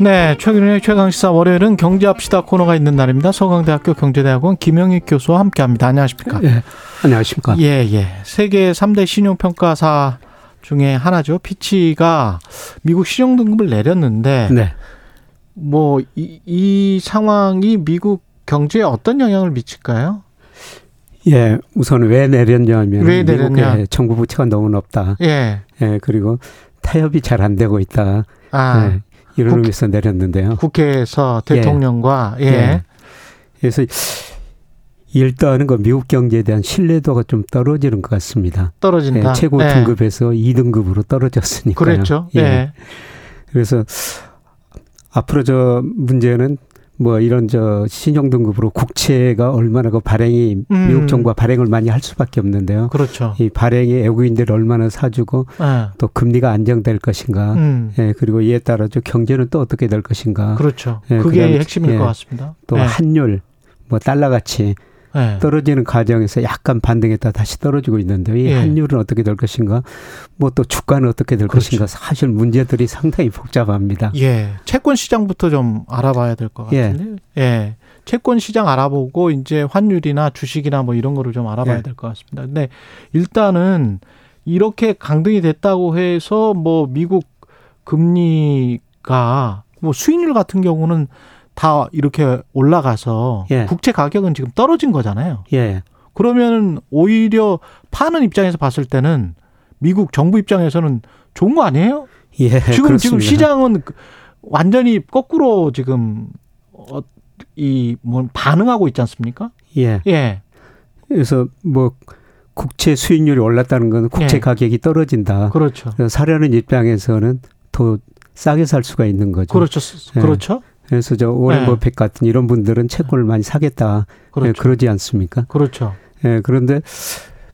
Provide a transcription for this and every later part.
네, 최근의 최강시사 월요일은 경제합시다 코너가 있는 날입니다. 서강대학교 경제대학원 김영익 교수와 함께합니다. 안녕하십니까? 예, 안녕하십니까? 예, 예. 세계 3대 신용평가사 중에 하나죠. 피치가 미국 신용등급을 내렸는데 네. 뭐 이 상황이 미국 경제에 어떤 영향을 미칠까요? 예, 우선 왜 내렸냐면 왜 내렸냐? 미국의 정부 부채가 너무 높다. 예. 예, 그리고 타협이 잘 안 되고 있다. 아, 예, 이런 국- 의미에서 내렸는데요. 국회에서 대통령과 예. 예. 그래서 일단은 그 미국 경제에 대한 신뢰도가 좀 떨어지는 것 같습니다. 예, 떨어진다. 최고 예. 등급에서 2등급으로 떨어졌으니까요. 그랬죠. 예. 예. 그래서 앞으로 저 문제는 뭐 이런 저 신용 등급으로 국채가 얼마나 그 발행이 음. 미국 정부가 발행을 많이 할 수밖에 없는데요. 그렇죠. 이 발행이 외국인들 얼마나 사주고 예. 또 금리가 안정될 것인가. 음. 예, 그리고 이에 따라서 경제는 또 어떻게 될 것인가. 그렇죠. 예, 그게 그다음에- 핵심일 예. 것 같습니다. 또 예. 환율 뭐 달러 같이 예. 떨어지는 과정에서 약간 반등했다 다시 떨어지고 있는데 이 예. 환율은 어떻게 될 것인가 뭐 또 주가는 어떻게 될 그렇죠. 것인가 사실 문제들이 상당히 복잡합니다. 예. 채권 시장부터 좀 알아봐야 될 것 예. 같은데. 예. 채권 시장 알아보고 이제 환율이나 주식이나 뭐 이런 거를 좀 알아봐야 예. 될 것 같습니다. 근데 일단은 이렇게 강등이 됐다고 해서 뭐 미국 금리가 뭐 수익률 같은 경우는 다 이렇게 올라가서 예. 국채 가격은 지금 떨어진 거잖아요. 예. 그러면 오히려 파는 입장에서 봤을 때는 미국 정부 입장에서는 좋은 거 아니에요? 예. 지금 지금 그렇습니다. 시장은 그- 완전히 거꾸로 지금 어, 이뭐 반응하고 있지 않습니까? 예. 예, 그래서 뭐 국채 수익률이 올랐다는 건 국채 예. 가격이 떨어진다. 그렇죠, 그래서 사려는 입장에서는 더 싸게 살 수가 있는 거죠. 그렇죠, 스- 예. 그렇죠, 그래서 저 오렌 예. 버핏 같은 이런 분들은 채권을 많이 사겠다. 예, 그렇죠, 그러지 않습니까? 그렇죠. 예, 그런데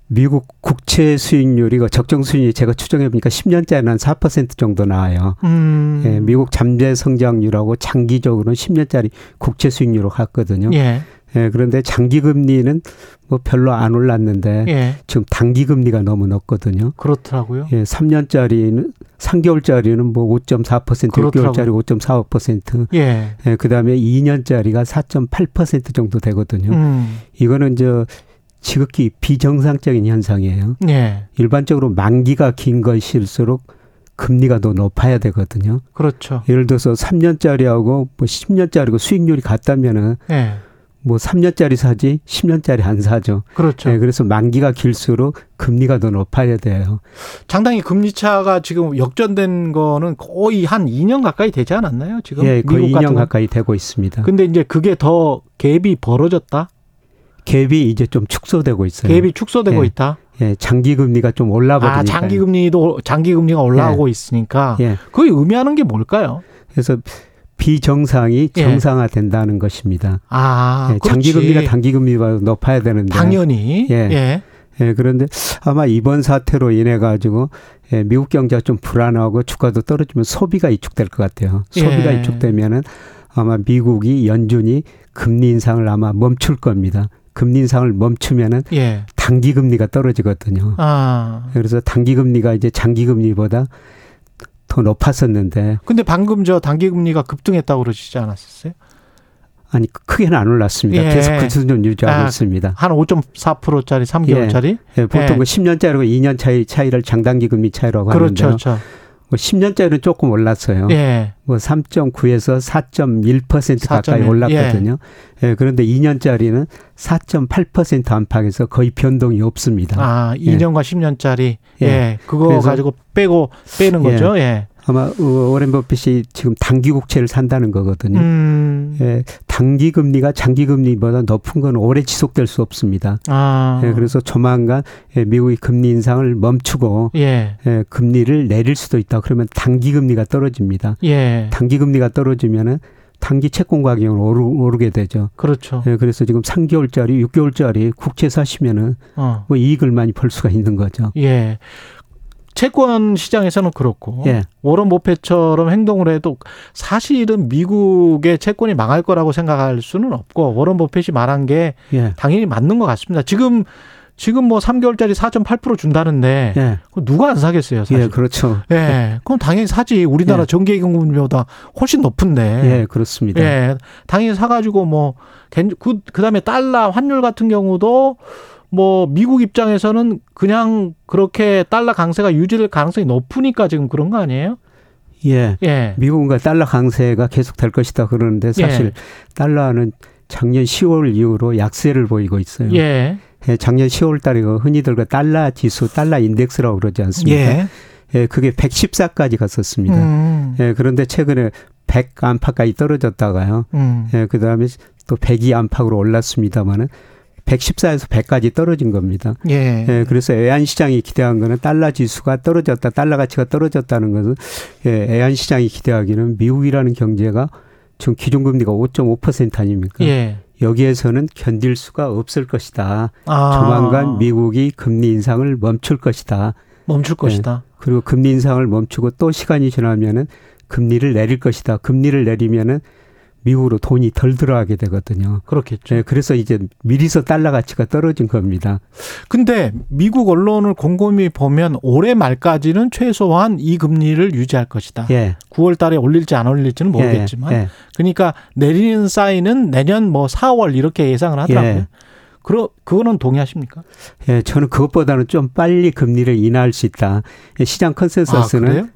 미국 국채 수익률이 그 적정 수익률이 제가 추정해 보니까 10년짜리는 한4% 정도 나와요. 음, 예, 미국 잠재 성장률하고 장기적으로는 10년짜리 국채 수익률로 갔거든요. 예, 예, 그런데 장기 금리는 뭐 별로 안 올랐는데 예, 지금 단기 금리가 너무 높거든요. 그렇더라고요. 예, 3년짜리는 3개월짜리는 뭐 5.4%, 그렇더라고요. 6개월짜리 5.45%, 예, 예, 그다음에 2년짜리가 4.8% 정도 되거든요. 음, 이거는 저 지극히 비정상적인 현상이에요. 예, 일반적으로 만기가 긴 것일수록 금리가 더 높아야 되거든요. 그렇죠. 예를 들어서 3년짜리하고 뭐 10년짜리고 수익률이 같다면은 예, 뭐 3년짜리 사지 10년짜리 안 사죠. 그렇죠. 예, 그래서 만기가 길수록 금리가 더 높아야 돼요. 장당히 금리 차가 지금 역전된 거는 거의 한 2년 가까이 되지 않았나요? 지금 예, 거의 2년 건? 가까이 되고 있습니다. 근데 이제 그게 더 갭이 벌어졌다. 갭이 이제 좀 축소되고 있어요. 갭이 축소되고 예. 있다. 예, 장기 금리가 좀 올라 버리니까. 아, 장기 금리도 아. 장기 금리가 올라오고 있으니까 네. 예. 그게 의미하는 게 뭘까요? 그래서 비정상이 예. 정상화 된다는 것입니다. 아, 예, 장기 그렇지. 금리가 단기 금리보다 높아야 되는데. 당연히 예. 예. 예, 그런데 아마 이번 사태로 인해 가지고 예, 미국 경제가 좀 불안하고 주가도 떨어지면 소비가 이축될 것 같아요. 소비가 예. 이축되면은 아마 미국이 연준이 금리 인상을 아마 멈출 겁니다. 금리 인상을 멈추면은 예. 단기 금리가 떨어지거든요. 아. 그래서 단기 금리가 이제 장기 금리보다 더 높았었는데 근데 방금 저 단기 금리가 급등했다고 그러시지 않았었어요? 아니 크게는 안 올랐습니다. 예. 계속 그 수준 유지하고 아. 있습니다. 한 5.4%짜리 3개월짜리? 예, 보통 예. 그 10년짜리고 2년 차이 차이를 장단기 금리 차이라고 그렇죠. 하는데요. 그렇죠. 뭐 10년짜리는 조금 올랐어요. 예. 뭐 3.9에서 4.1% 가까이 4.1, 올랐거든요. 예, 그런데 2년짜리는 4.8% 안팎에서 거의 변동이 없습니다. 아, 예. 2년과 10년짜리. 예. 예. 그거 그래서- 가지고 빼고 빼는 예. 거죠. 예. 아. 마 오렌 버핏이 지금 단기 국채를 산다는 거거든요. 음. 예, 단기 금리가 장기 금리보다 높은 건 오래 지속될 수 없습니다. 아. 예, 그래서 조만간 예, 미국이 금리 인상을 멈추고 예. 예, 금리를 내릴 수도 있다. 그러면 단기 금리가 떨어집니다. 예. 단기 금리가 떨어지면은 단기 채권 가격은 오르, 오르게 되죠. 그렇죠. 예, 그래서 지금 3개월짜리, 6개월짜리 국채 사시면은 어. 뭐 이익을 많이 벌 수가 있는 거죠. 예. 채권 시장에서는 그렇고 예, 워런 버핏처럼 행동을 해도 사실은 미국의 채권이 망할 거라고 생각할 수는 없고 워런 버핏이 말한 게 예, 당연히 맞는 것 같습니다. 지금 지금 뭐 3개월짜리 4.8% 준다는데 예. 그거 누가 안 사겠어요, 예, 사실. 그렇죠. 예. 그럼 당연히 사지. 우리나라 예. 전계 임금보다 훨씬 높은데. 예, 그렇습니다. 예. 당연히 사 가지고 뭐 괜- 그, 그다음에 달러 환율 같은 경우도 뭐 미국 입장에서는 그냥 그렇게 달러 강세가 유지될 가능성이 높으니까 지금 그런 거 아니에요? 예. 예. 미국과 달러 강세가 계속 될 것이다 그러는데 사실 예. 달러는 작년 10월 이후로 약세를 보이고 있어요. 예. 예, 작년 10월 달에 그 흔히들 그 달러 지수, 달러 인덱스라고 그러지 않습니까? 예, 그게 114까지 갔었습니다. 음. 예, 그런데 최근에 100 안팎까지 떨어졌다가요. 음. 예, 그 다음에 또 102 안팎으로 올랐습니다만은 114에서 100까지 떨어진 겁니다. 예. 예, 그래서 애한시장이 기대한 거는 달러 지수가 떨어졌다, 달러 가치가 떨어졌다는 것은 예, 애한시장이 기대하기는 미국이라는 경제가 지금 기준금리가 5.5% 아닙니까? 예. 여기에서는 견딜 수가 없을 것이다. 아. 조만간 미국이 네. 금리 인상을 멈출 것이다. 멈출 것이다. 그리고 금리 인상을 멈추고 또 시간이 지나면은 금리를 내릴 것이다. 금리를 내리면은 미국으로 돈이 덜 들어가게 되거든요. 그렇겠죠. 예, 그래서 이제 미리서 달러 가치가 떨어진 겁니다. 근데 미국 언론을 곰곰이 보면 올해 말까지는 최소한 이 금리를 유지할 것이다. 예. 9월 달에 올릴지 안 올릴지는 예, 아, 모르겠지만. 예. 그러니까 내리는 사인은 내년 뭐 4월 이렇게 예상을 하더라고요. 예. 그러 그거는 동의하십니까? 예, 저는 그것보다는 좀 빨리 금리를 인하할 수 있다. 예, 시장 아, 컨센서스는 그래요?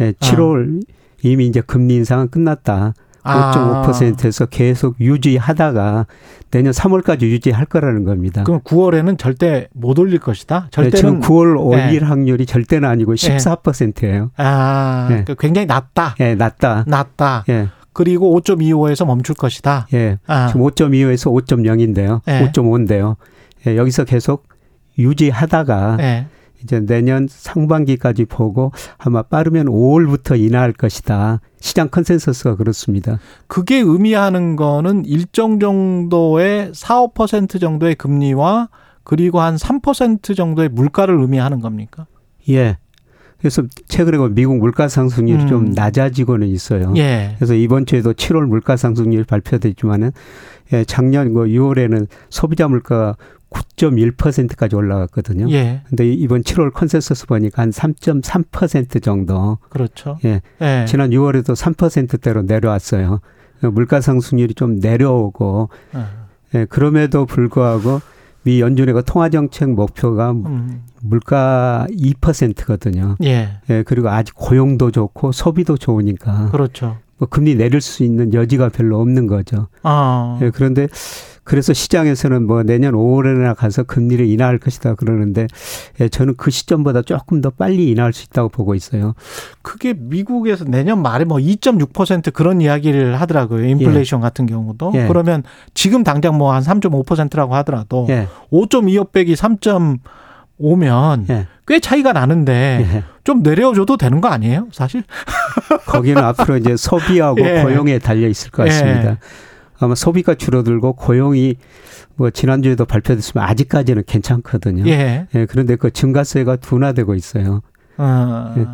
예, 7월 이미 이제 금리 인상은 끝났다. 아, 5.5%에서 계속 유지하다가 내년 3월까지 유지할 거라는 겁니다. 그럼 9월에는 절대 못 올릴 것이다. 예, 지금 절대는 예. 9월 5일 확률이 절대는 아니고 14%예요. 아, 예. 그 굉장히 낮다. 예, 낮다. 낮다. 예. 그리고 5.25에서 멈출 것이다. 예. 아, 지금 5.25에서 5.0인데요. 예. 5.5인데요. 예, 여기서 계속 유지하다가 예. 이제 내년 상반기까지 보고 아마 빠르면 5월부터 인하할 것이다. 시장 컨센서스가 그렇습니다. 그게 의미하는 거는 일정 정도의 4, 5% 정도의 금리와 그리고 한 3% 정도의 물가를 의미하는 겁니까? 예. 그래서 최근에 그 미국 물가 상승률이 음. 좀 낮아지고는 있어요. 예. 그래서 이번 주에도 7월 물가 상승률이 발표됐지만은 예, 작년 그 6월에는 소비자 물가가 9.1%까지 올라갔거든요. 예. 근데 이- 이번 7월 컨센서스 보니까 한 3.3% 정도. 그렇죠. 예. 예. 지난 6월에도 3%대로 내려왔어요. 물가 상승률이 좀 내려오고 예, 그럼에도 불구하고 미 연준의가 통화 정책 목표가 음. 물가 2%거든요. 예. 예, 그리고 아직 고용도 좋고 소비도 좋으니까 그렇죠. 뭐 금리 내릴 수 있는 여지가 별로 없는 거죠. 아. 예, 그런데 그래서 시장에서는 뭐 내년 5월에나 가서 금리를 인하할 것이다 그러는데 예, 저는 그 시점보다 조금 더 빨리 인하할 수 있다고 보고 있어요. 그게 미국에서 내년 말에 뭐 2.6% 그런 이야기를 하더라고요. 인플레이션 같은 경우도. 예. 그러면 지금 당장 뭐 한 3.5%라고 하더라도 예, 5.25 빼기 3.5면 예, 꽤 차이가 나는데 예. 좀 내려줘도 되는 거 아니에요? 사실? 거기는 앞으로 이제 소비하고 예. 고용에 달려 있을 것 같습니다. 예. 아마 소비가 줄어들고 고용이 뭐 지난주에도 발표됐으면 아직까지는 괜찮거든요. 예. 예, 그런데 그 증가세가 둔화되고 있어요. 어. 예.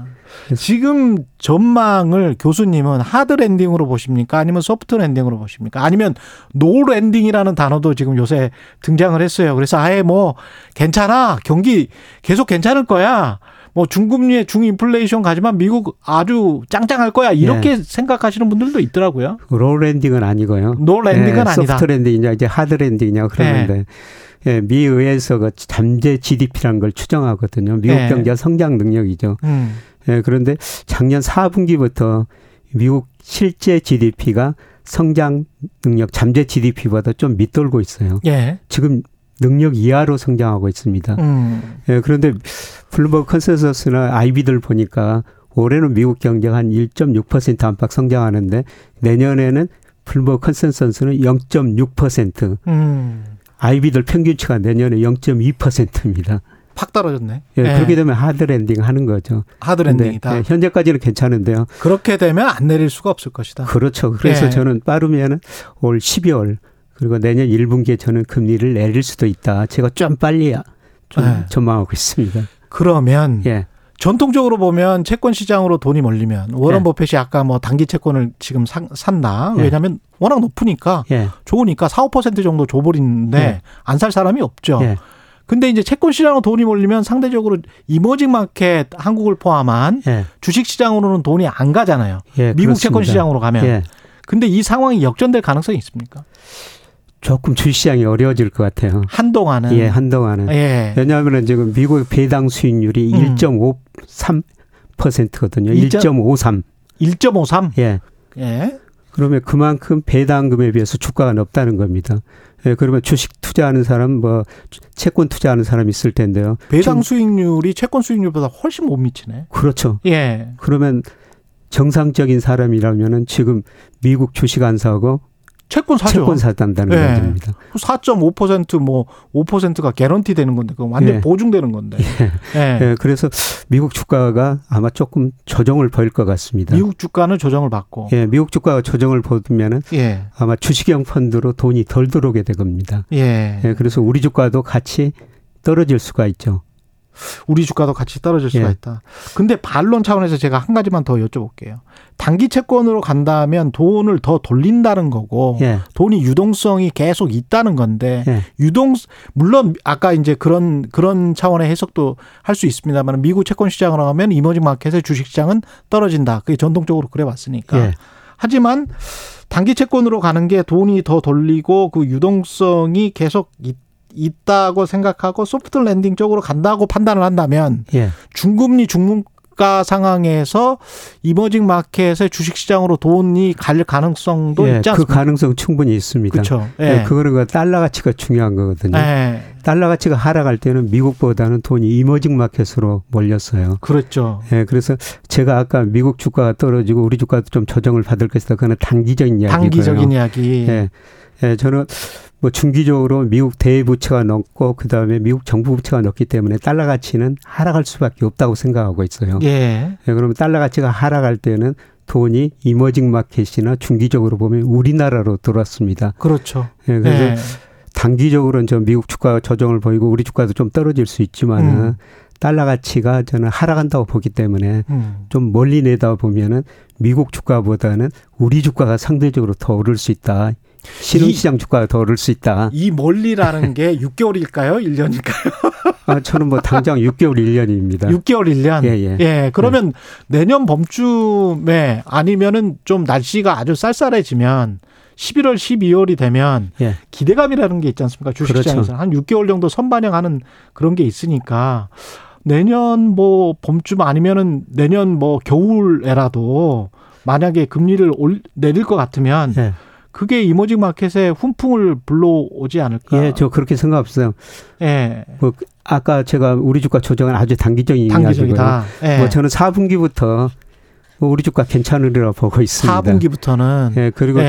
그래서- 지금 전망을 교수님은 하드 랜딩으로 보십니까? 아니면 소프트 랜딩으로 보십니까? 아니면 노 랜딩이라는 단어도 지금 요새 등장을 했어요. 그래서 아예 뭐 괜찮아. 경기 계속 괜찮을 거야. 뭐 중금리에 중인플레이션 가지만 미국 아주 짱짱할 거야. 이렇게 예. 생각하시는 분들도 있더라고요. 로 랜딩은 아니고요. 노 랜딩은 예, 아니다. 소프트 랜딩이냐 이제 하드 랜딩이냐 그러는데 예, 미 의회에서 그 잠재 GDP라는 걸 추정하거든요. 미국 예. 경제 성장 능력이죠. 음. 예, 그런데 작년 4분기부터 미국 실제 GDP가 성장 능력 잠재 GDP보다 좀 밑돌고 있어요. 예. 지금 능력 이하로 성장하고 있습니다. 음. 예, 그런데 블룸버그 컨센서스나 아이비들 보니까 올해는 미국 경제가 한 1.6% 안팎 성장하는데 내년에는 블룸버그 컨센서스는 0.6%, 음. 아이비들 평균치가 내년에 0.2%입니다. 팍 떨어졌네. 예, 예. 그렇게 되면 하드랜딩 하는 거죠. 하드 근데, 랜딩이다. 예, 현재까지는 괜찮은데요. 그렇게 되면 안 내릴 수가 없을 것이다. 그렇죠. 그래서 예. 저는 빠르면 올 12월 그리고 내년 1분기에 저는 금리를 내릴 수도 있다. 제가 좀 빨리 좀 예. 전망하고 있습니다. 그러면 예, 전통적으로 보면 채권 시장으로 돈이 몰리면 워런 예. 버핏이 아까 뭐 단기 채권을 지금 산- 샀나 예. 왜냐하면 워낙 높으니까 예, 좋으니까 4, 5% 정도 줘버리는데 예. 안 살 사람이 없죠. 예. 근데 이제 채권 시장으로 돈이 몰리면 상대적으로 이머징 마켓 한국을 포함한 예. 주식 시장으로는 돈이 안 가잖아요. 예, 미국 그렇습니다. 채권 시장으로 가면. 예. 근데 이 상황이 역전될 가능성이 있습니까? 조금 주시장이 어려워질 것 같아요. 한동안은 예, 한동안은. 네. 예. 왜냐하면 지금 미국 배당 수익률이 음. 1.53%거든요. 일점- 1.53. 1.53. 예. 예. 그러면 그만큼 배당금에 비해서 주가가 높다는 겁니다. 예, 그러면 주식 투자하는 사람, 뭐 채권 투자하는 사람 있을 텐데요. 배당 좀- 수익률이 채권 수익률보다 훨씬 못 미치네. 그렇죠. 예. 그러면 정상적인 사람이라면은 지금 미국 주식 안 사고 채권 사죠. 채권 사단다는 예. 겁니다. 4.5%뭐 5%가 개런티 되는 건데 그건 완전 예. 히 보증되는 건데. 예. 예, 그래서 미국 주가가 아마 조금 조정을 보일 것 같습니다. 미국 주가는 조정을 받고. 예, 미국 주가가 조정을 보면은 예. 아마 주식형 펀드로 돈이 덜 들어오게 될 겁니다. 예. 예, 그래서 우리 주가도 같이 떨어질 수가 있죠. 우리 주가도 같이 떨어질 수가 예. 있다. 근데 반론 차원에서 제가 한 가지만 더 여쭤볼게요. 단기 채권으로 간다면 돈을 더 돌린다는 거고 예, 돈이 유동성이 계속 있다는 건데 예, 유동 물론 아까 이제 그런 그런 차원의 해석도 할 수 있습니다만 미국 채권 시장으로 가면 이머징 마켓의 주식 시장은 떨어진다. 그게 전통적으로 그래 왔으니까. 예, 하지만 단기 채권으로 가는 게 돈이 더 돌리고 그 유동성이 계속 있, 있다고 생각하고 소프트 랜딩 쪽으로 간다고 판단을 한다면 예. 중금리 중문가 상황에서 이머징 마켓의 주식 시장으로 돈이 갈 가능성도 예, 있지 그 않습니까? 가능성 충분히 있습니다. 그렇죠. 예, 예. 그거는 그 달러 가치가 중요한 거거든요. 예. 달러 가치가 하락할 때는 미국보다는 돈이 이머징 마켓으로 몰렸어요. 그렇죠. 예, 그래서 제가 아까 미국 주가가 떨어지고 우리 주가도 좀 조정을 받을 것이다. 그거는 단기적인 이야기고요. 단기적인 이야기. 예. 예, 저는 뭐 중기적으로 미국 대부채가 높고 그다음에 미국 정부 부채가 높기 때문에 달러 가치는 하락할 수밖에 없다고 생각하고 있어요. 예. 예, 그러면 달러 가치가 하락할 때는 돈이 이머징 마켓이나 중기적으로 보면 우리나라로 들어왔습니다. 그렇죠. 예, 그래서 예. 단기적으로는 저 미국 주가 조정을 보이고 우리 주가도 좀 떨어질 수 있지만은 음. 달러 가치가 저는 하락한다고 보기 때문에 음. 좀 멀리 내다 보면은 미국 주가보다는 우리 주가가 상대적으로 더 오를 수 있다. 신흥시장 주가가 더 오를 수 있다. 이 멀리라는 게 6개월일까요? 1년일까요? 아, 저는 뭐 당장 6개월 1년입니다. 6개월 1년. 예, 예. 예, 그러면 내년 봄쯤에 아니면은 좀 날씨가 아주 쌀쌀해지면 11월, 12월이 되면 예. 기대감이라는 게 있지 않습니까? 주식시장에서 그렇죠. 한 6개월 정도 선반영하는 그런 게 있으니까 내년 뭐 봄쯤 아니면은 내년 뭐 겨울에라도 만약에 금리를 올, 내릴 것 같으면 예. 그게 이모징 마켓에 훈풍을 불러오지 않을까? 예, 저 그렇게 생각합니다. 예, 아까 제가 우리 주가 조정은 아주 단기적인 이야기고요. 단기적이다. 예. 뭐 저는 4분기부터 뭐 우리 주가 괜찮으리라 보고 있습니다. 4분기부터는 예, 그리고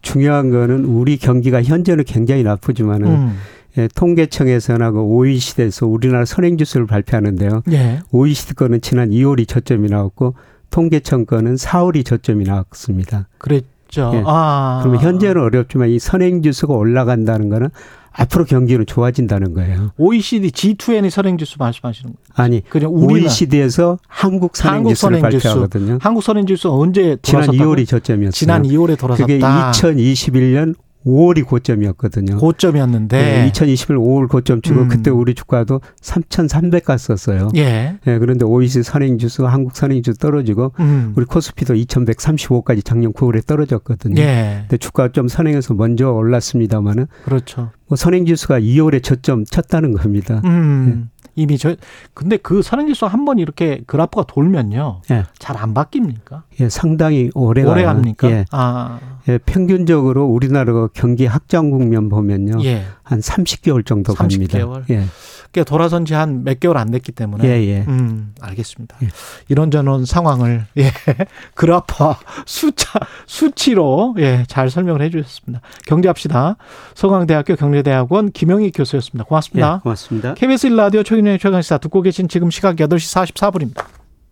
중요한 거는 우리 경기가 현재는 굉장히 나쁘지만은 음. 예, 통계청에서나 그 OECD에서 우리나라 선행지수를 발표하는데요. 예. OECD 거는 지난 2월이 저점이 나왔고 통계청 거는 4월이 저점이 나왔습니다. 그랬죠. 예. 아. 그러면 현재는 어렵지만 이 선행지수가 올라간다는 거는 앞으로 경기는 좋아진다는 거예요. OECD G20이 선행지수 말씀하시는 거예요. 아니 그냥 우리나 OECD에서 한국 한국 선행지수를 선행지수. 발표하거든요. 한국 선행지수 언제 지난 돌아섰다고? 2월이 저점이었어요. 지난 2월에 돌아섰다. 그게 2021년 5월이 고점이었거든요. 예, 고점이었는데. 2021 5월 고점 치고 네. 음. 그때 우리 주가도 3,300 갔었어요. 예. 예, 그런데 OECD 선행지수, 한국 선행지수 떨어지고 음. 우리 코스피도 2,135까지 작년 9월에 떨어졌거든요. 예. 근데 주가 좀 선행해서 먼저 올랐습니다만은 그렇죠. 뭐 선행지수가 2월에 저점 쳤다는 겁니다. 음. 예. 이미 저 근데 그 선행지수 한 번 이렇게 그래프가 돌면요. 예. 잘 안 바뀝니까? 예, 상당히 오래 오래 가요. 갑니까? 예, 아. 예, 평균적으로 우리나라 경기 확장 국면 보면요 예. 한 30개월 정도 갑니다. 30개월? 예, 그게 돌아선 지 한 몇 개월 안 됐기 때문에 예, 예. 음, 알겠습니다. 예. 이런저런 상황을 예, 그래프와 숫자 수치로 예, 잘 설명을 해주셨습니다. 경제합시다. 서강대학교 경제대학원 김영희 교수였습니다. 예, 고맙습니다. 고맙습니다. KBS 1라디오 최경영의 최강시사 듣고 계신 지금 시각 8시 44분입니다.